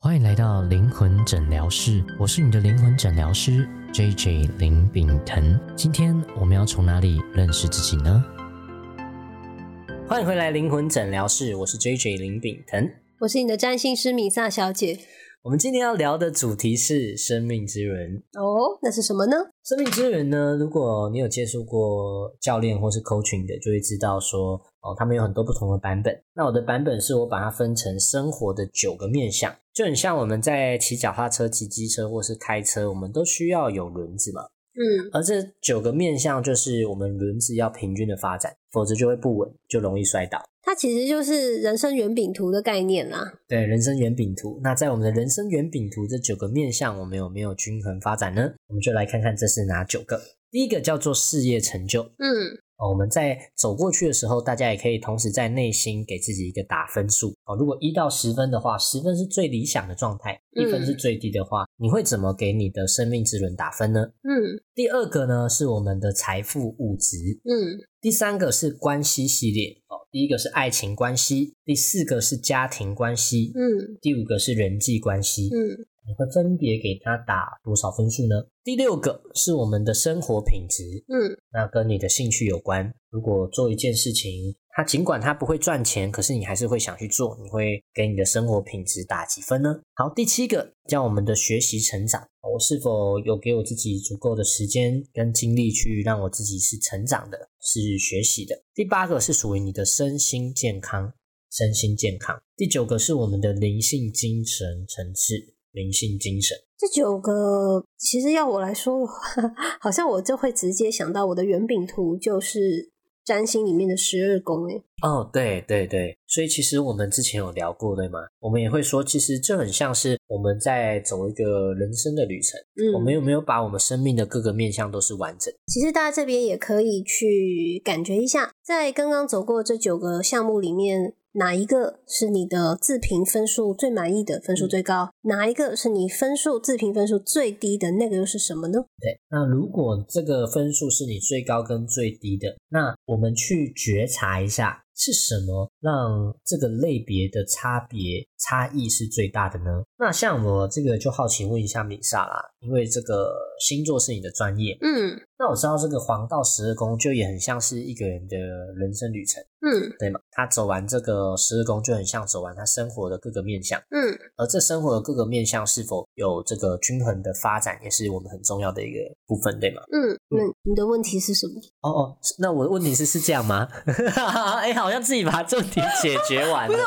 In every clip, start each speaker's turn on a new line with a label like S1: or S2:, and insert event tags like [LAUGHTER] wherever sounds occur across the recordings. S1: 欢迎来到灵魂诊疗室，我是你的灵魂诊疗师 J J 林炳腾。今天我们要从哪里认识自己呢？欢迎回来灵魂诊疗室，我是 J J 林炳腾。
S2: 我是你的占星师米萨小姐。
S1: 我们今天要聊的主题是生命之轮。
S2: 哦，那是什么呢？
S1: 生命之轮呢，如果你有接触过教练或是 coaching 的，就会知道说，哦，他们有很多不同的版本。那我的版本是我把它分成生活的九个面向，就很像我们在骑脚踏车、骑机车或是开车，我们都需要有轮子嘛。
S2: 嗯，
S1: 而这九个面向就是我们轮子要平均的发展，否则就会不稳，就容易摔倒。
S2: 它其实就是人生圆饼图的概念啦。
S1: 对人生圆饼图，那在我们的人生圆饼图这九个面向，我们有没有均衡发展呢？我们就来看看这是哪九个。第一个叫做事业成就，
S2: 嗯，
S1: 哦，我们在走过去的时候，大家也可以同时在内心给自己一个打分数哦。如果一到十分的话，十分是最理想的状态，一分
S2: 嗯
S1: 是最低的话，你会怎么给你的生命之轮打分呢？
S2: 嗯
S1: 第二个呢是我们的财富物质，
S2: 嗯
S1: 第三个是关系系列哦。第一个是爱情关系，第四个是家庭关系，
S2: 嗯
S1: 第五个是人际关系。
S2: 嗯
S1: 你会分别给它打多少分数呢？第六个是我们的生活品质，
S2: 嗯
S1: 那跟你的兴趣有关。如果做一件事情，它尽管它不会赚钱，可是你还是会想去做，你会给你的生活品质打几分呢？好，第七个叫我们的学习成长，我是否有给我自己足够的时间跟精力去让我自己是成长的，是学习的？第八个是属于你的身心健康，身心健康。第九个是我们的灵性精神层次，灵性精神。
S2: 这九个其实要我来说的 [LAUGHS] 话，好像我就会直接想到我的圆饼图就是占星里面的十二宫。欸诶，
S1: 哦，对对对，所以其实我们之前有聊过，对吗？我们也会说，其实这很像是我们在走一个人生的旅程。
S2: 嗯，
S1: 我们有没有把我们生命的各个面向都是完整？
S2: 其实大家这边也可以去感觉一下，在刚刚走过这九个项目里面，哪一个是你的自评分数最满意的，分数最高？哪一个是你分数自评分数最低的？那个又是什么呢？
S1: 对，那如果这个分数是你最高跟最低的，那我们去觉察一下，是什么让这个类别的差别差异是最大的呢？那像我这个就好奇问一下米莎啦，因为这个星座是你的专业，
S2: 嗯
S1: 那我知道这个黄道十二宫就也很像是一个人的人生旅程，
S2: 嗯
S1: 对吗？他走完这个十二宫就很像走完他生活的各个面向，
S2: 嗯
S1: 而这生活的各个面向是否有这个均衡的发展，也是我们很重要的一个部分，对吗？
S2: 嗯，那、你的问题是什么？
S1: 哦哦，那我的问题是是这样吗？ [LAUGHS] 哎、好像自己把重点解决
S2: [LAUGHS]
S1: 完了。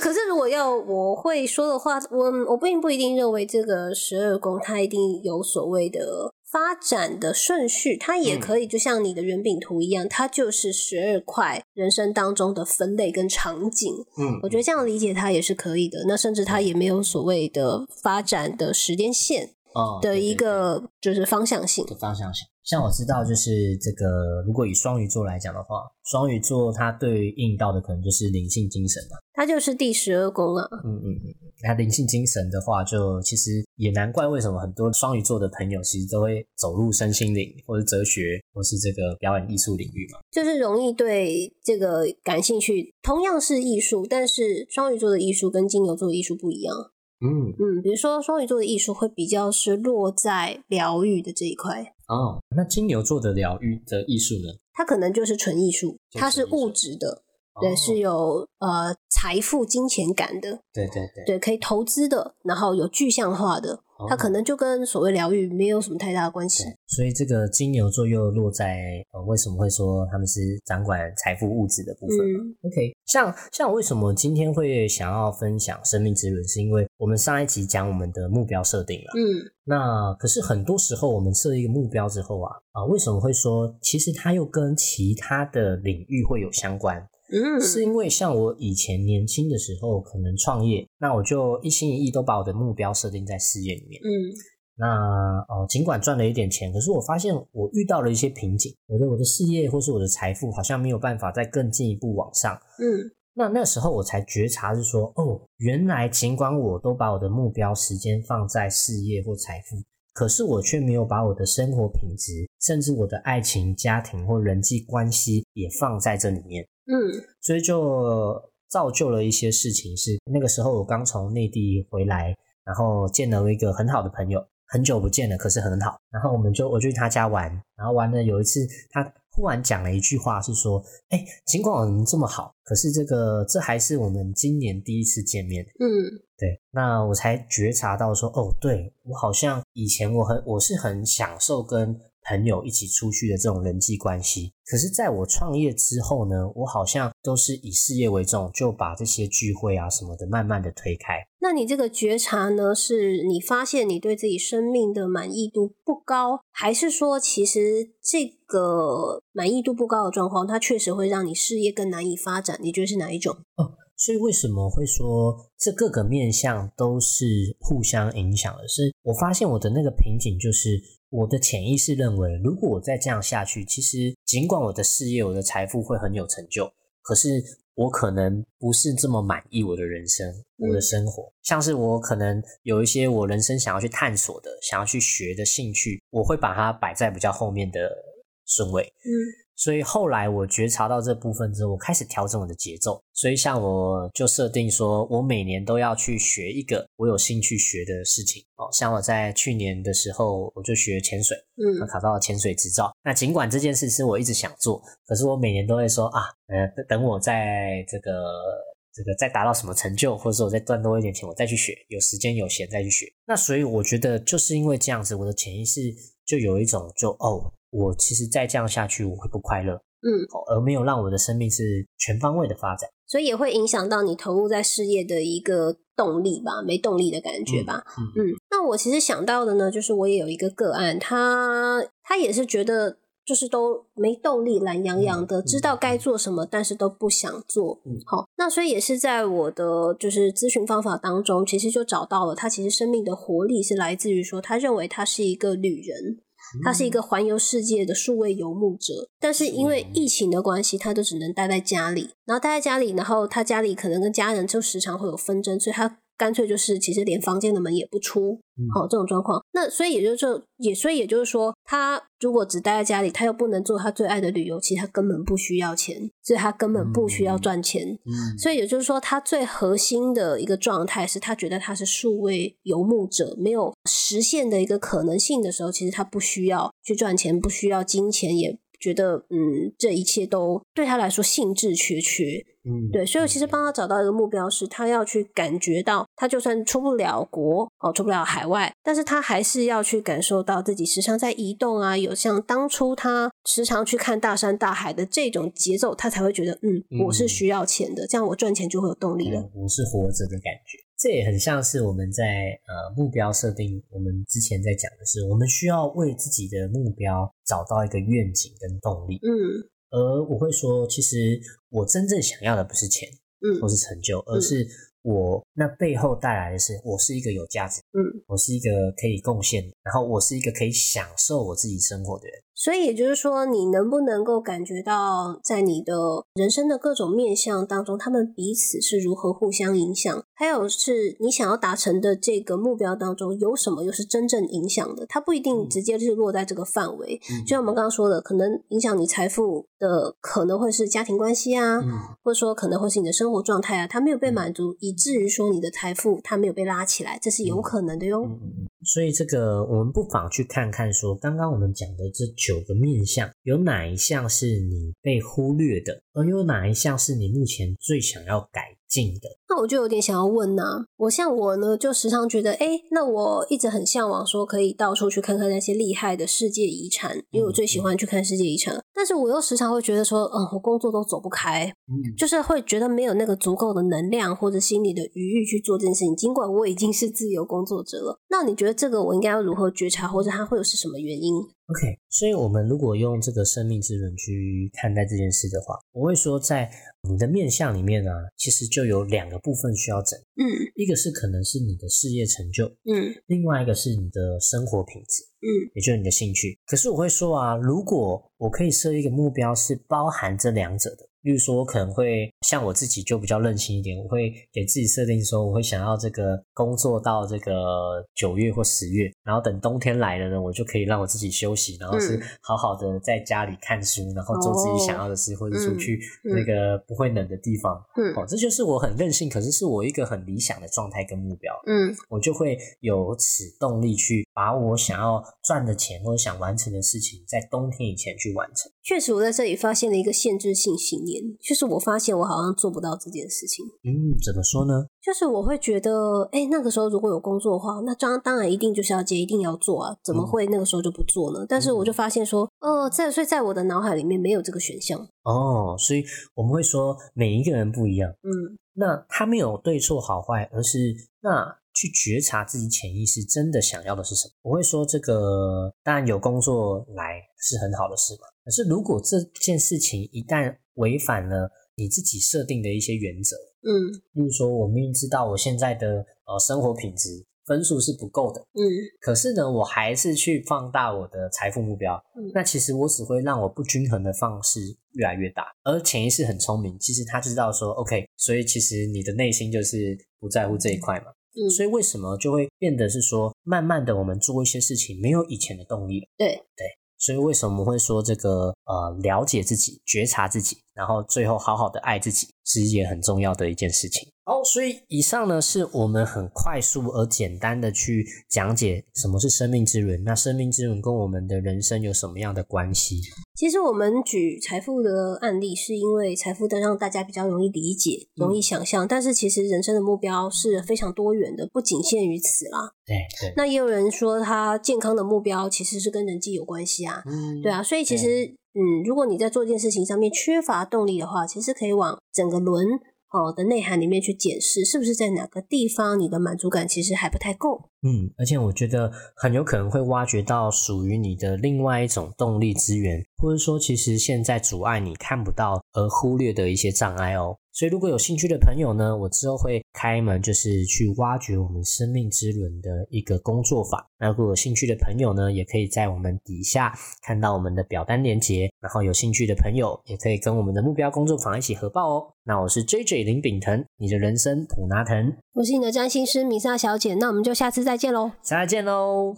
S2: 可是如果要我会说的话，我我并不一定认为这个十二宫它一定有所谓的发展的顺序，它
S1: 嗯
S2: 也可以就像你的圆饼图一样，它就是十二块人生当中的分类跟场景。
S1: 嗯
S2: 我觉得这样理解它也是可以的。那甚至它也没有所谓的发展的时间线
S1: 哦
S2: 的
S1: 对对
S2: 一
S1: 对
S2: 个就是方向性。
S1: 的方向性。像我知道，就是这个，如果以双鱼座来讲的话，双鱼座它对应到的可能就是灵性精神嘛。
S2: 它就是第十二宫啊，
S1: 嗯嗯嗯。那灵性精神的话，就其实也难怪为什么很多双鱼座的朋友其实都会走入身心灵，或者哲学，或是这个表演艺术领域嘛。
S2: 就是容易对这个感兴趣。同样是艺术，但是双鱼座的艺术跟金牛座的艺术不一样。
S1: 嗯，
S2: 嗯，比如说双鱼座的艺术会比较是落在疗愈的这一块，
S1: 哦，那金牛座的疗愈的艺术呢？
S2: 它可能就是纯艺术，
S1: 就是
S2: 它是物质的，对，
S1: 哦
S2: 是有呃财富、金钱感的，
S1: 对对对，
S2: 对，可以投资的，然后有具象化的，它可
S1: 哦
S2: 能就跟所谓疗愈没有什么太大的关系。
S1: 对，所以这个金牛座又落在呃，为什么会说他们是掌管财富物质的部分？
S2: 嗯
S1: OK，像像为什么今天会想要分享生命之轮，是因为我们上一集讲我们的目标设定了。
S2: 嗯
S1: 那可是很多时候我们设一个目标之后啊啊，为什么会说其实它又跟其他的领域会有相关？
S2: 嗯，
S1: 是因为像我以前年轻的时候可能创业，那我就一心一意都把我的目标设定在事业里面。
S2: 嗯
S1: 那呃，尽管赚了一点钱，可是我发现我遇到了一些瓶颈，我的我的事业或是我的财富好像没有办法再更进一步往上。
S2: 嗯
S1: 那那时候我才觉察是说，哦，原来尽管我都把我的目标时间放在事业或财富，可是我却没有把我的生活品质，甚至我的爱情、家庭或人际关系也放在这里面，
S2: 嗯
S1: 所以就造就了一些事情是。那个时候我刚从内地回来，然后见了一个很好的朋友，很久不见了，可是很好。然后我们就我就去他家玩，然后玩了有一次，他忽然讲了一句话，是说：“哎，尽管我们这么好，可是这个这还是我们今年第一次见面。”
S2: 嗯，
S1: 对，那我才觉察到说，哦，对我好像以前我很我是很享受跟朋友一起出去的这种人际关系，可是在我创业之后呢，我好像都是以事业为重，就把这些聚会啊什么的慢慢的推开。
S2: 那你这个觉察呢，是你发现你对自己生命的满意度不高，还是说其实这个满意度不高的状况，它确实会让你事业更难以发展？你觉得是哪一种？
S1: 所以为什么会说这各个面向都是互相影响的？是我发现我的那个瓶颈，就是我的潜意识认为，如果我再这样下去，其实尽管我的事业、我的财富会很有成就，可是我可能不是这么满意我的人生、我的生活。像是我可能有一些我人生想要去探索的、想要去学的兴趣，我会把它摆在比较后面的顺位。
S2: 嗯
S1: 所以后来我觉察到这部分之后，我开始调整我的节奏。所以像我就设定说，我每年都要去学一个我有兴趣学的事情。哦，像我在去年的时候，我就学潜水，我
S2: 嗯
S1: 考到了潜水执照。那尽管这件事是我一直想做，可是我每年都会说啊，呃，等我在这个这个再达到什么成就，或者说我再赚多一点钱，我再去学，有时间有闲再去学。那所以我觉得就是因为这样子，我的潜意识就有一种就哦，我其实再这样下去我会不快乐，
S2: 嗯，
S1: 哦而没有让我的生命是全方位的发展。
S2: 所以也会影响到你投入在事业的一个动力吧，没动力的感觉吧。
S1: 嗯
S2: 嗯，那我其实想到的呢，就是我也有一个个案，他他也是觉得就是都没动力，懒洋洋的，
S1: 嗯
S2: 知道该做什么，但是都不想做。
S1: 嗯
S2: 好，那所以也是在我的就是咨询方法当中，其实就找到了他其实生命的活力是来自于说，他认为他是一个旅人，他是一个环游世界的数位游牧者，但是因为疫情的关系，他就只能待在家里。然后待在家里，然后他家里可能跟家人就时常会有纷争，所以他干脆就是其实连房间的门也不出。好、这种状况，那所以也就是说也所以也就是说，他如果只待在家里，他又不能做他最爱的旅游，其实他根本不需要钱，所以他根本不需要赚钱。
S1: 嗯
S2: 所以也就是说，他最核心的一个状态是他觉得他是数位游牧者，没有实现的一个可能性的时候，其实他不需要去赚钱，不需要金钱，也觉得嗯，这一切都对他来说兴致缺缺。
S1: 嗯
S2: 对，所以我其实帮他找到一个目标是，他要去感觉到，他就算出不了国哦，出不了海外，但是他还是要去感受到自己时常在移动啊，有像当初他时常去看大山大海的这种节奏，他才会觉得，嗯，我是
S1: 嗯
S2: 需要钱的，这样我赚钱就会有动力了。
S1: 嗯我是活着的感觉。这也很像是我们在呃目标设定，我们之前在讲的是，我们需要为自己的目标找到一个愿景跟动力。
S2: 嗯
S1: 而我会说，其实我真正想要的不是钱或
S2: 嗯
S1: 是成就，而是我那背后带来的是，我是一个有价值，
S2: 嗯，
S1: 我是一个可以贡献，然后我是一个可以享受我自己生活的人。
S2: 所以也就是说，你能不能够感觉到，在你的人生的各种面向当中，他们彼此是如何互相影响？还有是你想要达成的这个目标当中，有什么又是真正影响的？它不一
S1: 嗯
S2: 定直接是落在这个范围。就像我们刚刚说的，可能影响你财富的，可能会是家庭关系啊，
S1: 嗯
S2: 或者说可能会是你的生活状态啊，它没有被满足，以至于说你的财富它没有被拉起来，这是有可能的哟。
S1: 嗯嗯嗯，所以这个我们不妨去看看说，刚刚我们讲的这九个面相，有哪一项是你被忽略的，而有哪一项是你目前最想要改进的？
S2: 那我就有点想要问呐、我像我呢，就时常觉得，哎、那我一直很向往说可以到处去看看那些厉害的世界遗产，因为我最喜欢去看世界遗产了。但是我又时常会觉得说，嗯，我工作都走不开，
S1: 嗯，
S2: 就是会觉得没有那个足够的能量或者心理的余裕去做这件事情。尽管我已经是自由工作者了，那你觉得这个我应该要如何觉察，或者它会有是什么原因？
S1: OK，所以我们如果用这个生命之轮去看待这件事的话，我会说，在你的面相里面呢、其实就有两个部分需要整，
S2: 嗯
S1: 一个是可能是你的事业成就，
S2: 嗯
S1: 另外一个是你的生活品质。
S2: 嗯
S1: 也就是你的兴趣。可是我会说啊，如果我可以设一个目标是包含这两者的，例如说，我可能会像我自己就比较任性一点，我会给自己设定说，我会想要这个工作到这个九月或十月，然后等冬天来了呢，我就可以让我自己休息，然后是
S2: 嗯
S1: 好好的在家里看书，然后做自己想要的事，或者出去
S2: 嗯嗯
S1: 那个不会冷的地方。
S2: 嗯
S1: 哦，这就是我很任性，可是是我一个很理想的状态跟目标。
S2: 嗯
S1: 我就会有此动力去把我想要赚的钱或者想完成的事情，在冬天以前去完成。
S2: 确实我在这里发现了一个限制性信念，就是我发现我好像做不到这件事情。
S1: 嗯，怎么说呢？
S2: 就是我会觉得，哎、那个时候如果有工作的话，那当当然一定就是要接，一定要做啊，怎么
S1: 嗯
S2: 会那个时候就不做呢？但是我就发现说，哦、在所以在我的脑海里面没有这个选项。
S1: 哦，所以我们会说每一个人不一样，
S2: 嗯
S1: 那他没有对错好坏，而是那去觉察自己潜意识真的想要的是什么。我会说这个，当然有工作来是很好的事嘛，可是如果这件事情一旦违反了你自己设定的一些原则，
S2: 嗯
S1: 例如说，我明明知道我现在的呃生活品质分数是不够的，
S2: 嗯
S1: 可是呢，我还是去放大我的财富目标，
S2: 嗯
S1: 那其实我只会让我不均衡的放势越来越大。而潜意识很聪明，其实他知道说，OK，所以其实你的内心就是不在乎这一块嘛。
S2: 嗯，
S1: 所以为什么就会变得是说，慢慢的我们做一些事情没有以前的动力了。
S2: 对
S1: 对，所以为什么我们会说这个呃，了解自己、觉察自己，然后最后好好的爱自己，是一件很重要的一件事情。好，所以以上呢是我们很快速而简单的去讲解什么是生命之轮，那生命之轮跟我们的人生有什么样的关系？
S2: 其实我们举财富的案例，是因为财富的让大家比较容易理解、容
S1: 嗯
S2: 易想象，但是其实人生的目标是非常多元的，不仅限于此啦。
S1: 对对，
S2: 那也有人说，他健康的目标其实是跟人际有关系啊。
S1: 嗯
S2: 对啊，所以其实，嗯，如果你在做一件事情上面缺乏动力的话，其实可以往整个轮哦的内涵里面去检视，是不是在哪个地方你的满足感其实还不太够。
S1: 嗯，而且我觉得很有可能会挖掘到属于你的另外一种动力资源，或者说其实现在阻碍你看不到而忽略的一些障碍哦。所以如果有兴趣的朋友呢，我之后会开门，就是去挖掘我们生命之轮的一个工作坊。那如果有兴趣的朋友呢，也可以在我们底下看到我们的表单链接，然后有兴趣的朋友也可以跟我们的目标工作坊一起合报哦。那我是 J J 林炳腾，你的人生普拿藤，
S2: 我是你的占星师米莎小姐，那我们就下次再见喽。
S1: 下次见喽。